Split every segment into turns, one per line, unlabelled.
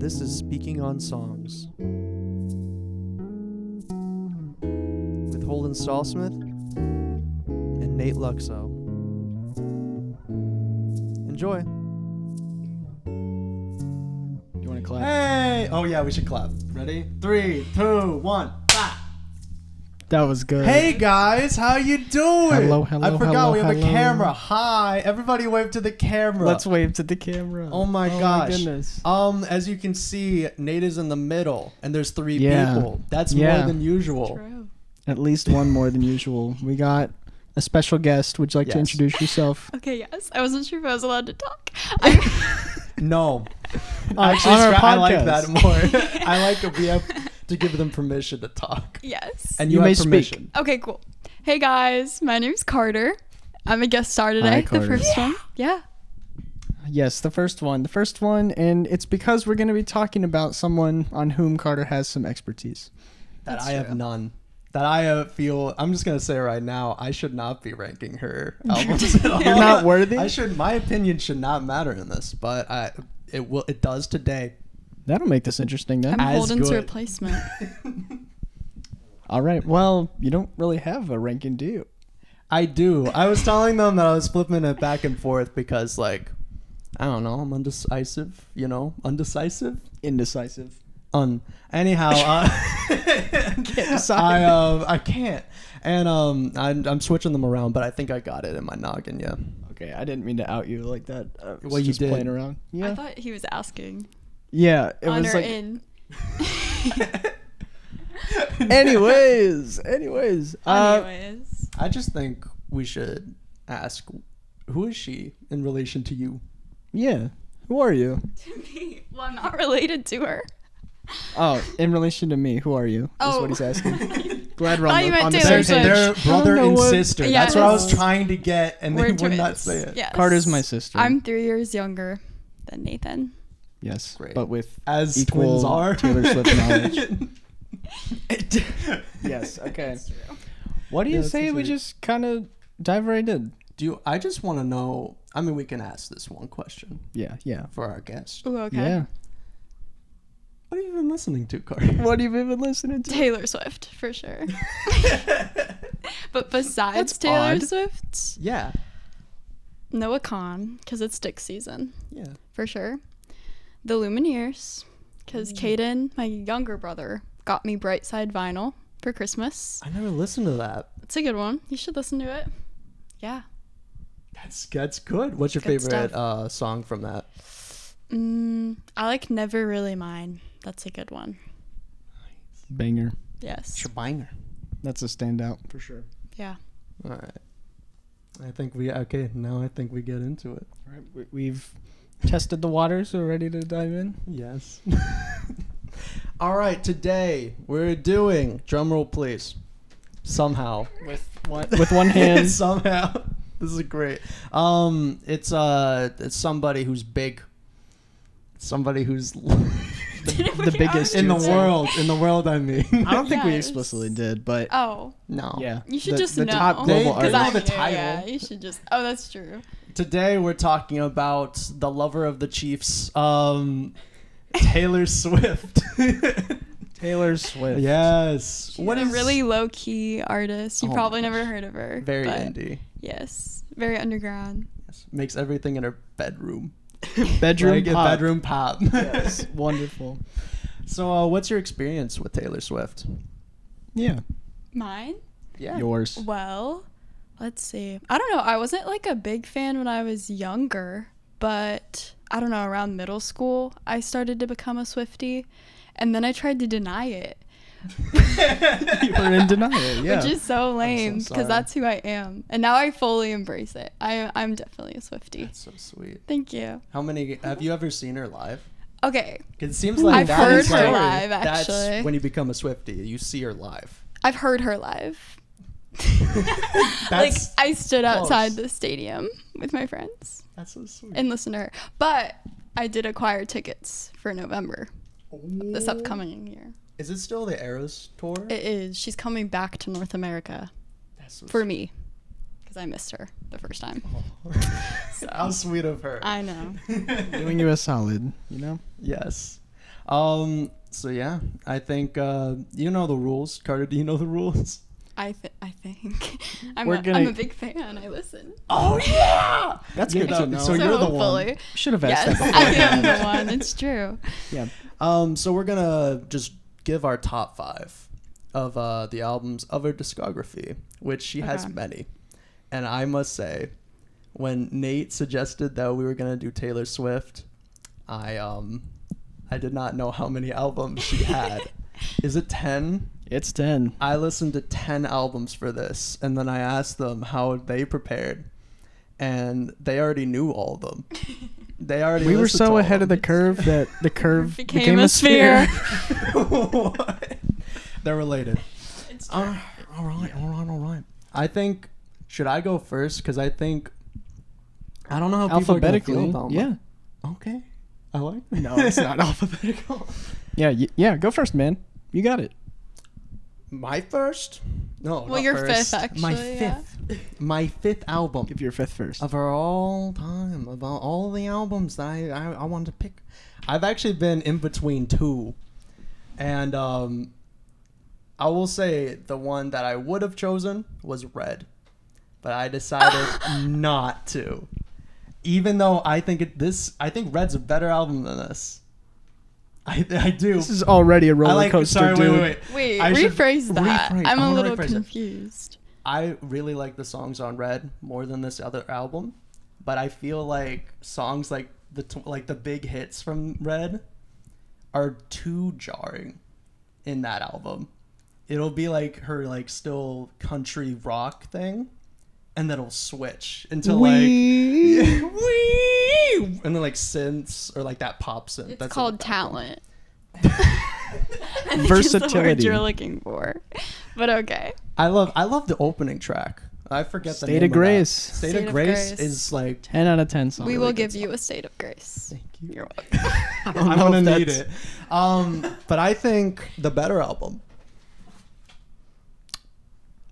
This is Speaking on Songs with Holden Stallsmith and Nate Luxo. Enjoy.
You want to clap?
Hey! Oh yeah, we should clap. Ready? Three, two, one. clap.
That was good.
Hey guys, how you doing?
Hello, hello,
I forgot
hello,
we have
hello.
a camera. Hi, everybody, wave to the camera.
Let's wave to the camera.
Oh my gosh.
goodness.
Um, as you can see, Nate is in the middle, and there's three
Yeah.
people. That's
Yeah.
more than usual.
At least one more than usual. We got a special guest. Would you like to
Yes.
introduce yourself?
Okay, yes. I wasn't sure if I was allowed to talk. I-
No, actually,
on our
Scra- I like
podcast.
that more. I like that we have to give them permission to talk,
yes.
and
You
you,
may
have
speak.
permission.
Okay, cool. Hey guys, my name's Carter. I'm a guest star today.
Carter.
The first one. Yeah.
Yes, the first one. The first one, and it's because we're going to be talking about someone on whom Carter has some expertise.
That
That's
I have
true.
none. That I uh, feel. I'm just gonna say right now, I should not be ranking her albums at all.
You're not worthy?
I should. My opinion should not matter in this, but I it will. It does today.
That'll make this interesting then.
I'm
As
Holden's
good.
replacement.
All right. Well, you don't really have a ranking, do you?
I do. I was telling them that I was flipping it back and forth because, like, I don't know. I'm undecisive. You know, undecisive.
Indecisive.
Un. Anyhow, uh, I
decide.
um I can't, and um I'm, I'm switching them around, but I think I got it in my noggin. Yeah.
Okay, I didn't mean to out you like that. I was
Well, you
just
did.
playing around. Yeah.
I thought he was asking
yeah. It
on
was
or
like.
in.
Anyways, anyways. Uh,
Anyways.
I just think we should ask who is she in relation to you?
yeah. Who are you?
to me. Well, I'm not related to her.
Oh, in relation to me, who are you? Is
Oh.
what he's asking. Glad we're on,
Thought
the,
you meant
on the
Taylor
same
Swift.
page.
They're brother
I don't
and
know what-
sister.
Yeah,
That's what I was
it's-
trying to get, and they
We're
would
twins.
not say it.
Yes.
Carter's my sister.
I'm three years younger than Nathan.
yes,
Great.
but with
As
Equal
twins are.
Taylor Swift knowledge.
yes.
Okay.
true.
What do you
Yeah, that's
say? We
easy.
just kind of dive right in.
Do you, I just want to know? I mean, we can ask this one question
Yeah, yeah,
for our guest.
Ooh, okay.
yeah.
What have you been listening to, Carter?
What have you been listening to?
Taylor Swift, for sure. but besides
That's
Taylor
odd.
Swift,
Yeah.
Noah Kahn, because it's dick season,
Yeah.
for sure. The Lumineers, because Caden, my younger brother, got me Bright Side vinyl for Christmas.
I never listened to that.
It's a good one. You should listen to it. Yeah.
That's that's good. What's your
Good
favorite
stuff.
uh, song from that?
Mm, I like Never Really Mine. That's a good one.
Banger.
Yes.
Schwanger.
That's a standout for sure.
Yeah.
All right. I think we okay. Now I think we get into it.
All right, we, we've tested the waters. We're ready to dive in.
Yes. All right. Today we're doing drum roll, please. Somehow.
With one with one hand.
Somehow. This is great. Um, it's uh, it's somebody who's big. Somebody who's
the biggest
in the
Dude,
world. In the world, I mean.
I don't think we
Yes.
explicitly did, but
Oh,
No.
yeah.
you should
the,
just
the
know.
top global
They-
artist.
they know
I-
the
yeah, Yeah,
title.
you should just. Oh, that's true.
Today we're talking about the lover of the Chiefs, um, Taylor Swift.
Taylor Swift.
yes.
She's a really low key artist. You
Oh my
probably
gosh.
never heard of her.
very
but
indie?
Yes, very underground.
Yes. Makes everything in her bedroom.
Bedroom
like
pop.
A bedroom pop.
It's wonderful.
so, uh, what's your experience with Taylor Swift?
Yeah.
Mine?
Yeah.
Yours.
Well, let's see. I don't know. I wasn't like a big fan when I was younger, but I don't know. Around middle school, I started to become a Swiftie, and then I tried to deny it,
you were in denial. Yeah.
which is so lame because
sorry.
that's who I am. And now I fully embrace it. I, I'm definitely a Swiftie.
That's so sweet.
Thank you.
How many have you ever seen her live?
Okay,
'Cause It seems like
I've
that
heard
is
her
like-
live,
That's
actually.
when you become a Swifty, you see her live.
I've heard her live. like
That's-
I stood outside
close.
the stadium with my friends
That's so sweet.
and listened to her. But I did acquire tickets for November this upcoming year.
Is it still the Eras tour?
It is. She's coming back to North America
That's so
for me because I missed her the first time.
How sweet of her.
I know.
Doing you a solid, you know?
yes. Um. So yeah, I think uh, you know the rules, Carter. Do you know the rules?
I th- I think I'm,
We're
a,
gonna-
am a big fan. I listen.
Oh yeah. That's
Yeah,
good
so-
to know.
so
so
you're the one.
hopefully,
Should have asked
yes,
that.
I am the one. It's true.
Um, so we're gonna just give our top five of uh, the albums of her discography, which she has
Okay.
many. And I must say, when Nate suggested that we were gonna do Taylor Swift, I um, I did not know how many albums she had. Is it ten?
It's ten.
I listened to 10 albums for this, and then I asked them how they prepared, and they already knew all of them. They already
We were
listened to
so
all
ahead of the
them.
curve that the curve
Became
became,
a
a sphere.
What? They're related.
It's true.
Uh, all right, all right, all right. I think, should I go first? Because I think, I don't know how people are gonna feel
Alphabetically,
about my-
yeah,
Okay. I like
No, it's not
alphabetical.
yeah, y- yeah. Go first, man. You got it.
My first? No.
well,
not
your
first.
fifth actually.
My
yeah.
fifth. My fifth album.
Give your fifth first.
of our all time of all, all the albums that I, I I wanted to pick. I've actually been in between two, and um, I will say the one that I would have chosen was Red, but I decided not to. Even though I think it, this, I think Red's a better album than this. I I do.
This is already a roller
I like.
coaster,
Sorry,
dude.
wait, wait, wait.
Wait,
I should
rephrase that.
rephrase-
I'm
I
a
wanna
little
rephrase it.
confused.
I really like the songs on Red more than this other album, but I feel like songs like the t- like the big hits from Red are too jarring in that album. It'll be like her like still country rock thing, and then it'll switch into like
Wee.
Wee! and then like synths or like that pop synth.
It's
That's
called
what-
talent. I think it's The word
Versatility.
you're looking for, but okay.
I love I love the opening track. I forget the
State
name
of
that.
Grace.
State,
State
of
of
Grace,
Grace.
is like
Ten out of ten. Song.
we
really
will
good
give
song.
you a state of grace.
thank you.
You're welcome.
don't
I'm
know
gonna
if
need
that's-
it. Um, but I think the better album.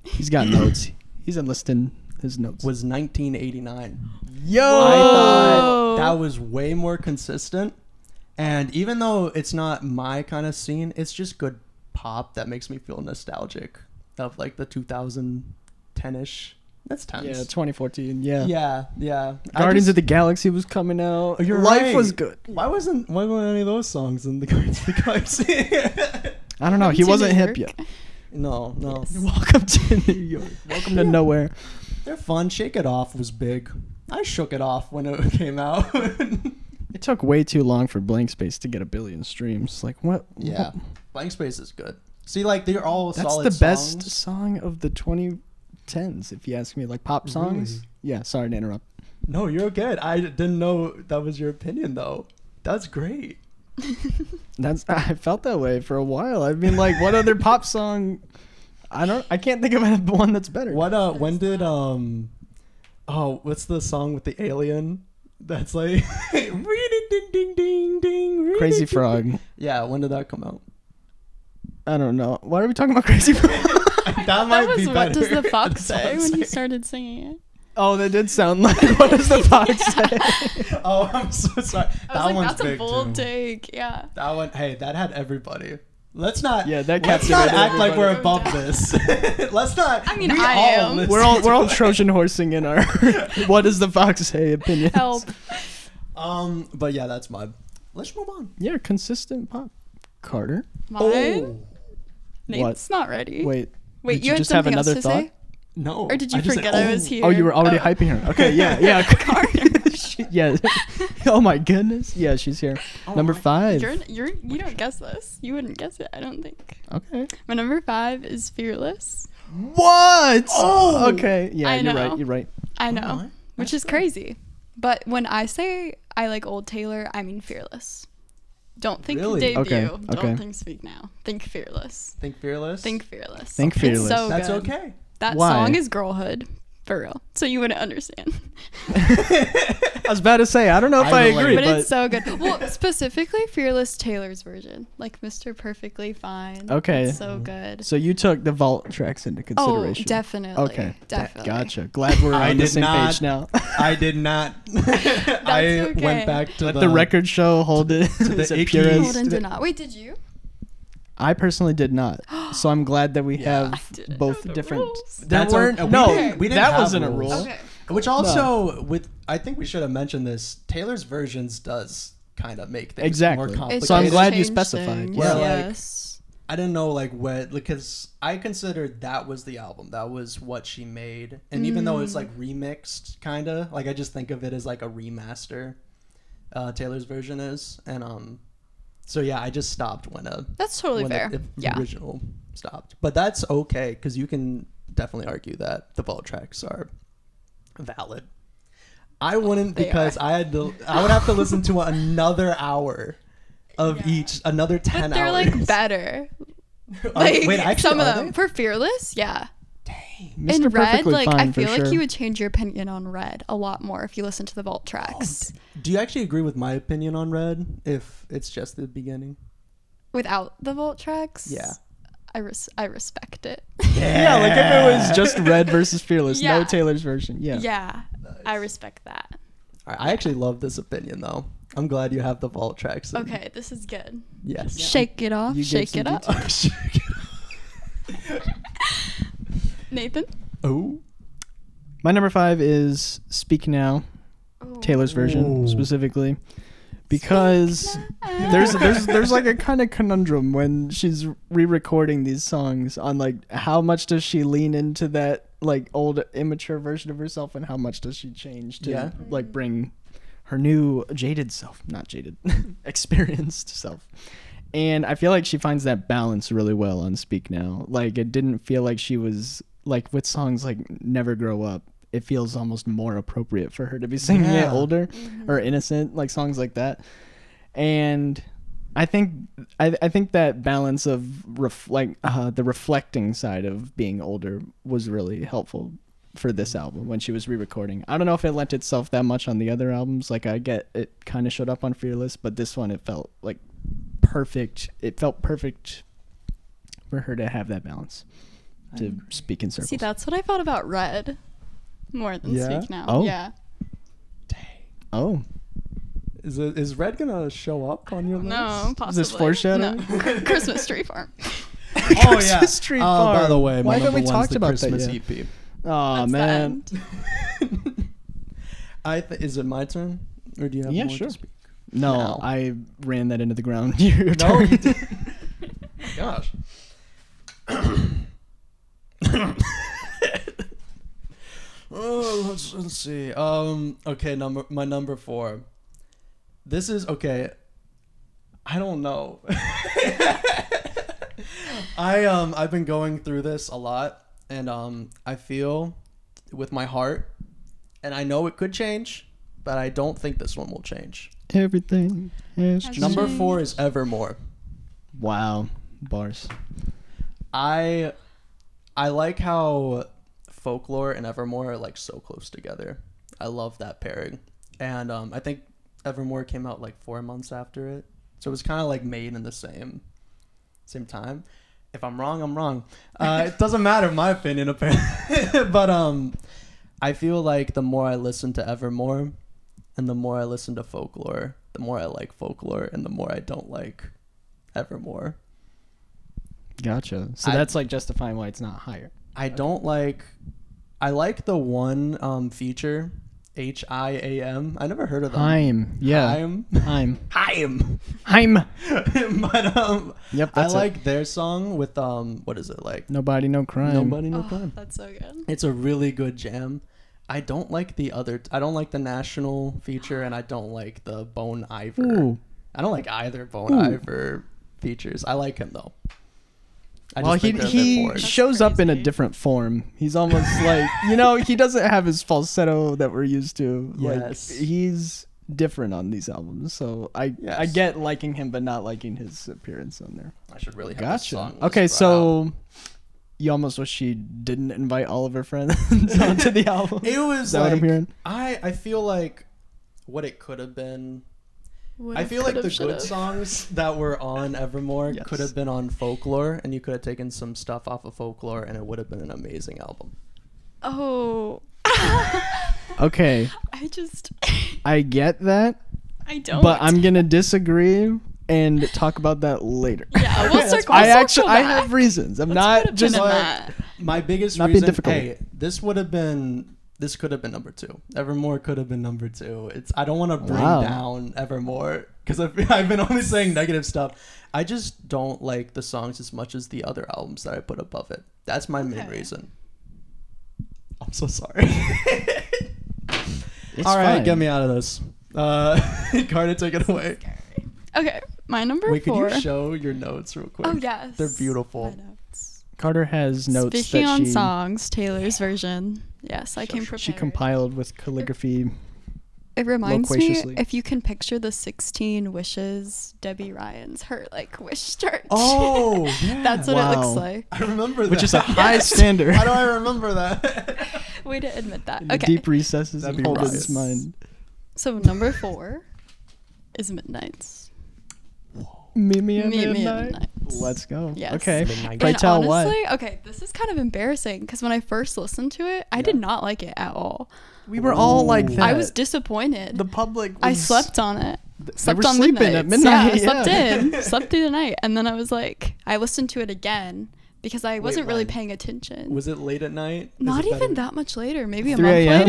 He's got notes. He's enlisting his notes.
was 1989. I
Whoa.
thought that was way more consistent. And even though it's not my kind of scene, it's just good pop that makes me feel nostalgic of like the 2010 ish. That's 10.
yeah, 2014. Yeah. Oh,
yeah, yeah. I
Guardians
just-
of the Galaxy was coming out.
You're
Life
right.
was good.
Why wasn't why weren't any of those songs in the Guardians of the Galaxy?
I don't know. Oh, He
Welcome to
wasn't
New
hip
York.
yet.
no, no.
Yes.
Welcome to New York. Welcome to nowhere.
They're fun. Shake It Off was big. I shook it off when it came out.
It took way too long for Blank Space to get a billion streams. Like what?
yeah,
what-
Blank Space is good. See, like they're all
That's
solid.
the best
songs.
song of the 2010s, if you ask me. Like pop songs.
Really?
Yeah. Sorry to interrupt.
No, you're good. I didn't know that was your opinion though. That's great.
That's I felt that way for a while. I mean, like, what other pop song? I don't. I can't think of one that's better.
What? Uh, when did um, oh, what's the song with the alien? That's like ding ding ding ding.
Crazy Frog.
Yeah, when did that come out?
I don't know. Why are we talking about Crazy Frog?
that
That
might
was
be
what
better.
does the fox
That's what
say
I'm
when he
saying.
started singing it?
Oh, that did sound like. What does the fox say?
Oh, I'm so sorry. that
I was like,
one's
that's
big
a bold
too.
take. Yeah.
That one, hey, that had everybody. Let's not.
Yeah, that
Let's not
captivated
act like we're
everybody.
above this. let's not.
I mean,
we
I
all
am.
listen
We're all
to
we're all
it.
Trojan horsing in our. what does the fox say? Opinion.
Help.
Um, but yeah, that's mine. Let's move on.
Yeah, consistent pop. Carter.
Mine?
Oh,
Nate's not ready.
Wait.
Wait,
did
you, had
just have
something
another
else to
thought?
say?
no.
Or did you
I just
forget
said,
I was
oh.
here?
Oh, you were already
Oh.
hyping her. Okay. Yeah. Yeah. She- yeah. Oh my goodness. Yeah, she's here.
Oh,
Number
my-
five.
You're, you're, you don't guess this. You wouldn't guess it, I don't think.
Okay.
My number five is Fearless.
What?
Oh!
Okay. Yeah,
I
you're
know.
right. You're right.
I know,
my.
which is crazy. But when I say I like old Taylor, I mean Fearless. Don't think
Really?
debut.
Okay, okay.
Don't think speak now. Think Fearless.
Think fearless.
Think Fearless.
Think
It's
fearless.
so
That's
good.
okay.
That
Why?
song is Girlhood. for real. So you wouldn't understand.
I was about to say, I don't know if I,
I relate.
agree,
but,
but,
it's so good. Well, specifically Fearless Taylor's version, like Mr. Perfectly Fine.
Okay.
It's so good.
so you took the vault tracks into
Oh,
consideration.
definitely.
Okay.
Definitely.
Gotcha. Glad we're
I
on the
did
same
not-
page now.
I did not. I
okay.
went back to
Let the record show hold it.
the
as it
icky-
pure as-
Hold
Holden did not. Wait, did you?
I personally did not, so I'm glad that we
I
have
didn't know
both
the
different.
rules.
That's
There
a-
weren't-
we
no,
didn't- we didn't
that
have
wasn't
rules.
a rule.
Okay.
Which also, with I think we should have mentioned this. Taylor's versions does kind of make things
Exactly.
more
So I'm
complicated.
glad you
changed
specified.
things,
Yeah, like-
yes.
I didn't know like what because I considered that was the album. That was what she made. And even though it's like
Mm.
remixed kind of, like I just think of it as like a remaster uh Taylor's version is and um so yeah, I just stopped when uh
That's totally
when
fair.
The, the
yeah.
original stopped. But that's okay cuz you can definitely argue that the vault tracks are valid. I wouldn't
They
because I had to, I would have to listen to another hour of each another 10
But they're
hours.
like better.
Are-
Like
wait, actually,
some of
are
them
they?
for Fearless, yeah.
Mr.
In Red,
Perfectly
like I
Fine, for
feel like
sure.
you would change your opinion on Red a lot more if you listen to the Vault tracks
Do you actually agree with my opinion on Red? If it's just the beginning,
without the Vault tracks.
Yeah.
I res- I respect it.
Yeah, like if it was just Red versus Fearless, no
Yeah.
Taylor's version. Yeah.
yeah, I respect that.
I I actually love this opinion though. I'm glad you have the vault tracks. in.
Okay, this is good.
Yes.
Shake it off,
You gave
shake
some
it up. Nathan,
oh.
My number five is Speak Now,
Oh.
Taylor's version
Ooh.
specifically, because
Ah.
there's there's there's like a kind of conundrum when she's re-recording these songs on like how much does she lean into that like old immature version of herself and how much does she change to
Yeah.
like bring her new jaded self, not jaded, experienced self. And I feel like she finds that balance really well on Speak Now. Like it didn't feel like she was like with songs like Never Grow Up. It feels almost more appropriate for her to be singing
Yeah.
it older or innocent, like songs like that. And I think I, I think that balance of ref, like uh, the reflecting side of being older was really helpful for this album when she was re-recording. I don't know if it lent itself that much on the other albums. Like I get it kind of showed up on Fearless, but this one it felt like perfect. It felt perfect for her to have that balance to speak in circles.
see that's what I thought about Red more than
Yeah?
Speak Now.
Oh.
Yeah.
Dang.
Oh,
Is it, is Red gonna show up on your
No,
list?
possibly.
Is this foreshadowing?
No. Christmas Tree Farm.
Oh yeah.
Christmas Tree
oh, by
Farm.
the way, my
Why haven't
number
we
one's
talked
the
about that
Christmas E
yet?
EP.
oh
That's the
man.
end.
I th- is it my turn or do you have
Yeah,
more
sure.
to speak?
No,
No.
I ran that into the ground. Your
No,
turn.
you didn't. Gosh. oh, let's, let's see. Um, okay, number my number four. This is okay. I don't know. I um I've been going through this a lot, and um I feel with my heart, and I know it could change, but I don't think this one will change.
Everything has
Has
just-
Number four is Evermore.
Wow, bars.
I I like how folklore and Evermore are like so close together. I love that pairing, and um, I think Evermore came out like four months after it, so it was kind of like made in the same same time. If I'm wrong, I'm wrong. Uh, it doesn't matter my opinion apparently, but um, I feel like the more I listen to Evermore, and the more I listen to folklore, the more I like folklore, and the more I don't like Evermore.
Gotcha. So
I-
that's like justifying why it's not higher.
I don't like. I like the one um, feature, H I A M. I never heard of them.
I'm. Yeah.
I'm.
I'm.
I'm.
I'm.
but um,
Yep.
I
That's it.
like their song with um, what is it like?
Nobody, no crime.
Nobody, no
Oh,
crime.
that's so good.
It's a really good jam. I don't like the other. I don't like the national feature, and I don't like the Bone Ivor.
Ooh.
I don't like either Bone
Ooh.
Ivor features. I like him though. I
well,
just
he
think they're a bit
he
boring.
shows up in a
crazy.
different form. He's almost like you know he doesn't have his falsetto that we're used to.
Yes.
Like he's different on these albums. So I I
Yes.
get liking him, but not liking his appearance on there.
I should really have this
Gotcha.
song.
Okay,
list brought out.
so you almost wish she didn't invite all of her friends onto the album.
It was
Is that what I'm
like-
hearing?
I I feel like what it could have been.
Would've,
I feel like
could've,
the
should've.
good songs that were on Evermore
Yes.
could have been on Folklore, and you could have taken some stuff off of Folklore, and it would have been an amazing album.
Oh.
Okay,
I just.
I get that,
I don't.
but I'm gonna disagree and talk about that later.
Yeah, we'll circle.
I
we'll
actually
circle
I
back.
have reasons. I'm
Let's put a
not
pin
just
in
like-
that.
My biggest
Not being
reason,
difficult.
hey, this would have been, this could have been number two. Evermore could have been number two. It's I don't want to bring
Wow.
down Evermore because I've, I've been only saying negative stuff. I just don't like the songs as much as the other albums that I put above it. That's my main
Okay.
reason. I'm so sorry.
It's
All right,
fine.
get me out of this. Uh, Carter, take it away.
Okay, my number
Wait,
four.
could you show your notes real quick?
oh yes,
They're beautiful.
My notes.
Carter has notes
Speaking
that
on
she
songs, Taylor's version. Yes, I came prepared.
she compiled with calligraphy.
It reminds me
loquaciously.
if you can picture the 16 wishes Debbie Ryan's her like wish chart.
Oh, yeah.
That's what it
Wow.
looks like.
I remember that.
Which is a high standard.
How do I remember that?
Way to admit that.
In
Okay.
the deep recesses
That'd be
of Holden's
right.
mind.
so number 4 is Midnights.
Meet me at
Meet me at
midnight.
midnight.
Let's go.
Yes.
Okay.
Midnight.
Pray
and
tell why.
honestly, okay, this is kind of embarrassing because when I first listened to it, I did not like it at all.
We were all like
Ooh.
that.
I was disappointed.
the public. Was,
I slept on it.
They
slept
were
on
sleeping
midnights.
at midnight.
Yeah, I slept
yeah.
in, slept through the night, and then I was like, I listened to it again because I wasn't really
when?
paying attention.
Was it late at night? Is
Not
it
even
better-
that much later, maybe a
3 a.m.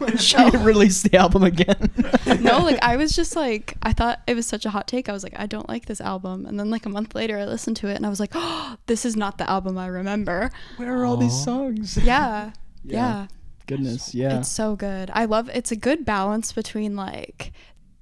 when she released the album again.
later. no, like I was just like, I thought it was such a hot take. I was like, I don't like this album, and then like a month later, I listened to it and I was like, oh, this is not the album I remember.
Where are all these songs?
Yeah,
Yeah.
yeah.
Goodness. Yeah.
It's so good. I love it's a good balance between like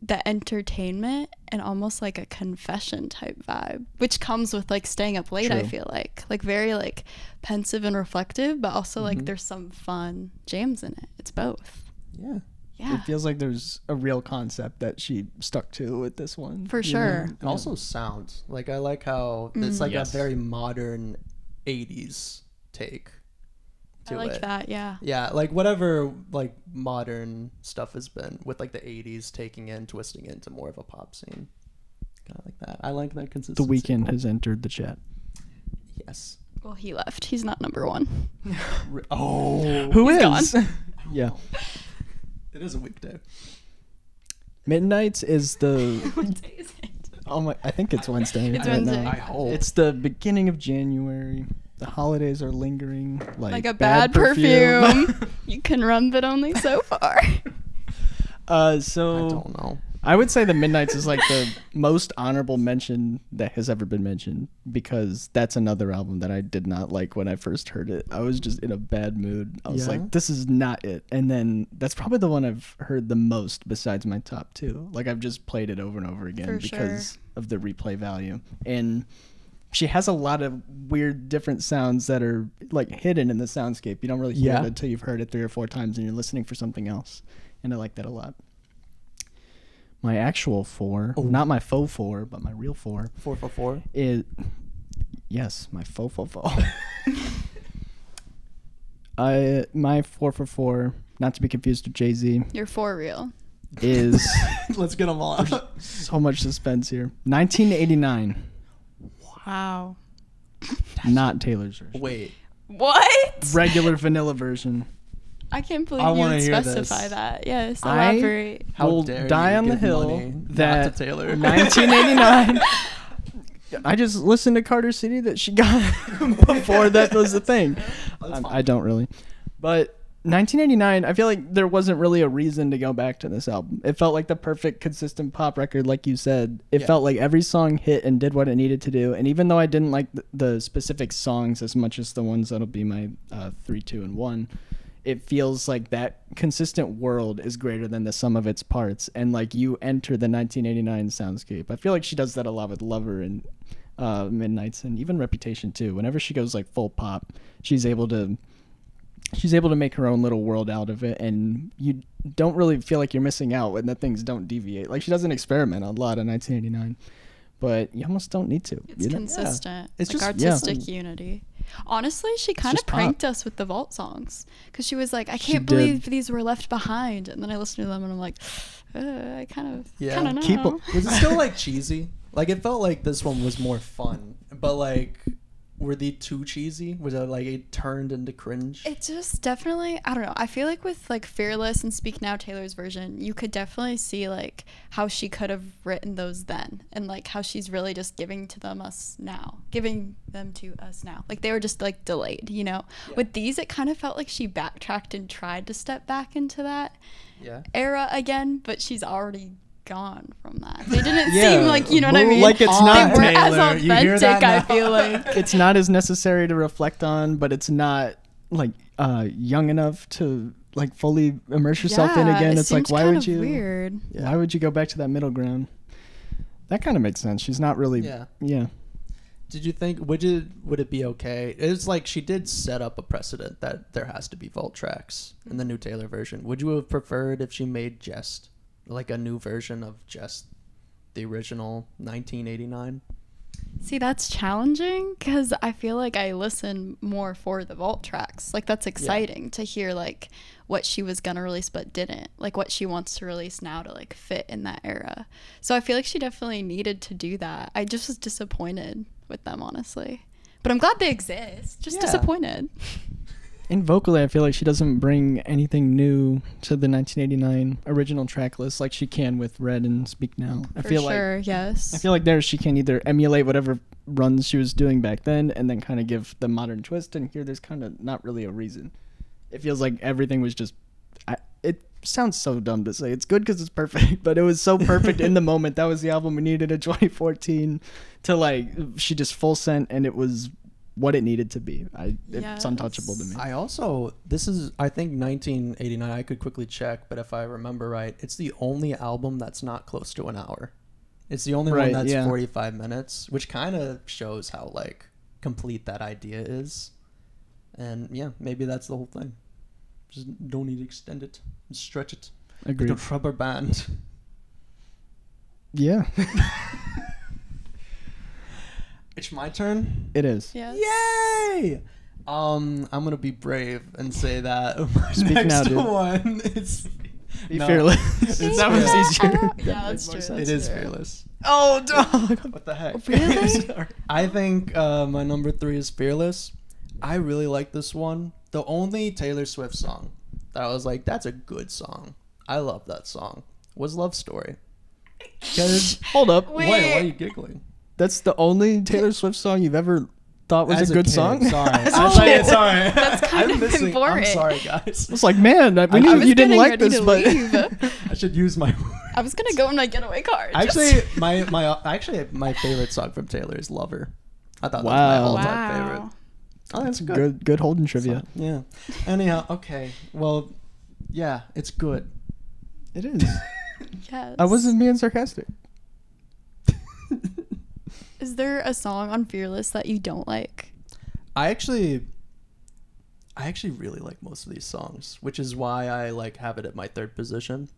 the entertainment and almost like a confession type vibe, which comes with like staying up late, I
True.
feel like. Like very like pensive and reflective, but also like there's some fun jams in it. It's both.
Yeah.
Yeah.
It feels like there's a real concept that she stuck to with this one.
For
you
sure.
know?
And also sounds. Like I like how
Mm.
it's like
Yes.
a very modern 80s take
I
to
like
it.
that, yeah.
Yeah, like whatever like modern stuff has been with like the 80s taking in twisting into more of a pop scene. Kind of like that. I like that
The
consistency.
weekend has entered the chat.
Yes.
Well he left. He's not number one.
Re- Oh.
Who is?
He's
yeah.
It is a weekday.
Midnights is the.
what day is it?
Oh my! I think it's Wednesday.
It's
I don't
Wednesday.
know.
I hope.
It's the beginning of January. The holidays are lingering like,
Like a bad, perfume. you can run but only so far.
uh,
I
so
don't know.
I, would say the Midnight's is like the most honorable mention that has ever been mentioned because that's another album that I did not like when I first heard it. I was just in a bad mood. I was
Yeah.
like, this is not it. And then that's probably the one I've heard the most besides my top two. Like I've just played it over and over again
For
because of the replay value and. she has a lot of weird different sounds that are like hidden in the soundscape. You don't really hear
Yeah.
it until you've heard it three or four times and you're listening for something else. And I like that a lot. My actual four, not my faux four, but my real four,
Four for four.
is yes, my faux faux faux. I my four for four, not to be confused with Jay Z,
You're for real.
is
Let's get them all out.
so much suspense here. 1989,
Wow.
not Taylor's version,
Wait.
What?
regular vanilla version.
I can't believe
I
you
wanna
would
hear
specify
this.
that. Yes,
I-
elaborate.
How
will
dare
die
you
on the
give
hill
money not
that
to Taylor.
1989. I just listened to Carter City that she got before that was the thing. Um, I don't really, but 1989. I feel like there wasn't really a reason to go back to this album. It felt like the perfect, consistent pop record, like you said. It
Yeah.
felt like every song hit and did what it needed to do. And even though I didn't like the, the specific songs as much as the ones that'll be my uh, three, two, and one, it feels like that consistent world is greater than the sum of its parts and like you enter the 1989 soundscape i feel like she does that a lot with lover and uh, midnights and even reputation too whenever she goes like full pop she's able to she's able to make her own little world out of it and you don't really feel like you're missing out when the things don't deviate like she does an experiment a lot in 1989 but you almost don't need to.
It's
you know?
consistent.
It's
like
just- yeah.
artistic unity. Honestly, she kind of
just pop.
pranked us with the vault songs because she was like, "I
She
can't
did.
believe these were left behind," and then I listened to them and I'm like, uh, "I kind of,
Yeah.
kind of
Keep
know."
Was it still like cheesy? Like it felt like this one was more fun, but like were they too cheesy? Was it like it turned into cringe?
It just definitely, I don't know. I feel like with like Fearless and Speak Now Taylor's version, you could definitely see like how she could have written those then and like how she's really just giving to them us now, giving them to us now. Like they were just like delayed, you know? With these, it kind of felt like she backtracked and tried to step back into that
yeah.
era again, but she's already gone from that. They didn't
Yeah,
seem like, you know what I
move
mean?
like it's
they
not
weren't as
Taylor. You hear
authentic,
that
I
now?
feel like.
it's not as necessary to reflect on, but it's not like uh, young enough to like fully immerse yourself in
Yeah,
again.
it
It's like
seems
why
kind
would
of
you?
Weird.
Why would you go back to that middle ground? That kind of makes sense. She's not really.
Yeah.
yeah.
Did you think would it would it be okay? It's like she did set up a precedent that there has to be vault tracks in the new Taylor version. Would you have preferred if she made Jest like a new version of Jest, the original 1989?
See, that's challenging because I feel like I listen more for the vault tracks. Like that's exciting to hear like what she was gonna release but didn't, like what she wants to release now to like fit in that era. So I feel like she definitely needed to do that. I just was disappointed with them, honestly. But I'm glad they exist. Just
Yeah.
disappointed.
And vocally, I feel like she doesn't bring anything new to the 1989 original track list like she can with Red and Speak Now. I
For
feel like
sure, yes.
I feel like there she can either emulate whatever runs she was doing back then and then kind of give the modern twist. And here there's kind of not really a reason. It feels like everything was just. I, it sounds so dumb to say. It's good because it's perfect, but it was so perfect in the moment. That was the album we needed in 2014 to like. She just full sent and it was what it needed to be. I, It's
Yes.
untouchable to me.
I also this is I think 1989. I could quickly check, but if I remember right, it's the only album that's not close to an hour. It's the only
Right,
one that's
yeah.
45 minutes, which kind of shows how like complete that idea is. And yeah, maybe that's the whole thing. Just don't need to extend it, stretch it like
Agreed.
a rubber band.
Yeah,
It's my turn.
it is.
yes.
Yay! Um, I'm gonna be brave and say that my
Speak
next
now, dude.
one is
Be
No.
fearless.
It's
that was
fair.
easier.
Yeah, that's true.
It
that's
is
true.
fearless.
Oh, dog.
What the heck?
Really?
I think uh, my number three is Fearless. I really like this one. The only Taylor Swift song that I was like, that's a good song. I love that song. Was Love Story. 'Cause-
Hold up.
wait, why are you giggling?
That's the only Taylor Swift song you've ever thought was
As
a good
kid,
song.
Sorry. I
I
a
thought-
kid.
sorry.
That's kind
I'm
of
missing- I'm
important.
sorry, guys.
was like, man, I- we knew
was
you didn't
getting
like
ready
this,
to
but
leave.
I should use my.
I was gonna go in my getaway car. just-
Actually, my my actually my favorite song from Taylor is Lover. I thought that
Wow.
was my all-time
wow.
favorite. Oh, that's good.
good, good Holden trivia.
Yeah. Anyhow, okay. Well, yeah, it's good.
It is.
Yes.
I wasn't being sarcastic.
Is there a song on Fearless that you don't like?
I actually I actually really like most of these songs, which is why I like have it at my third position.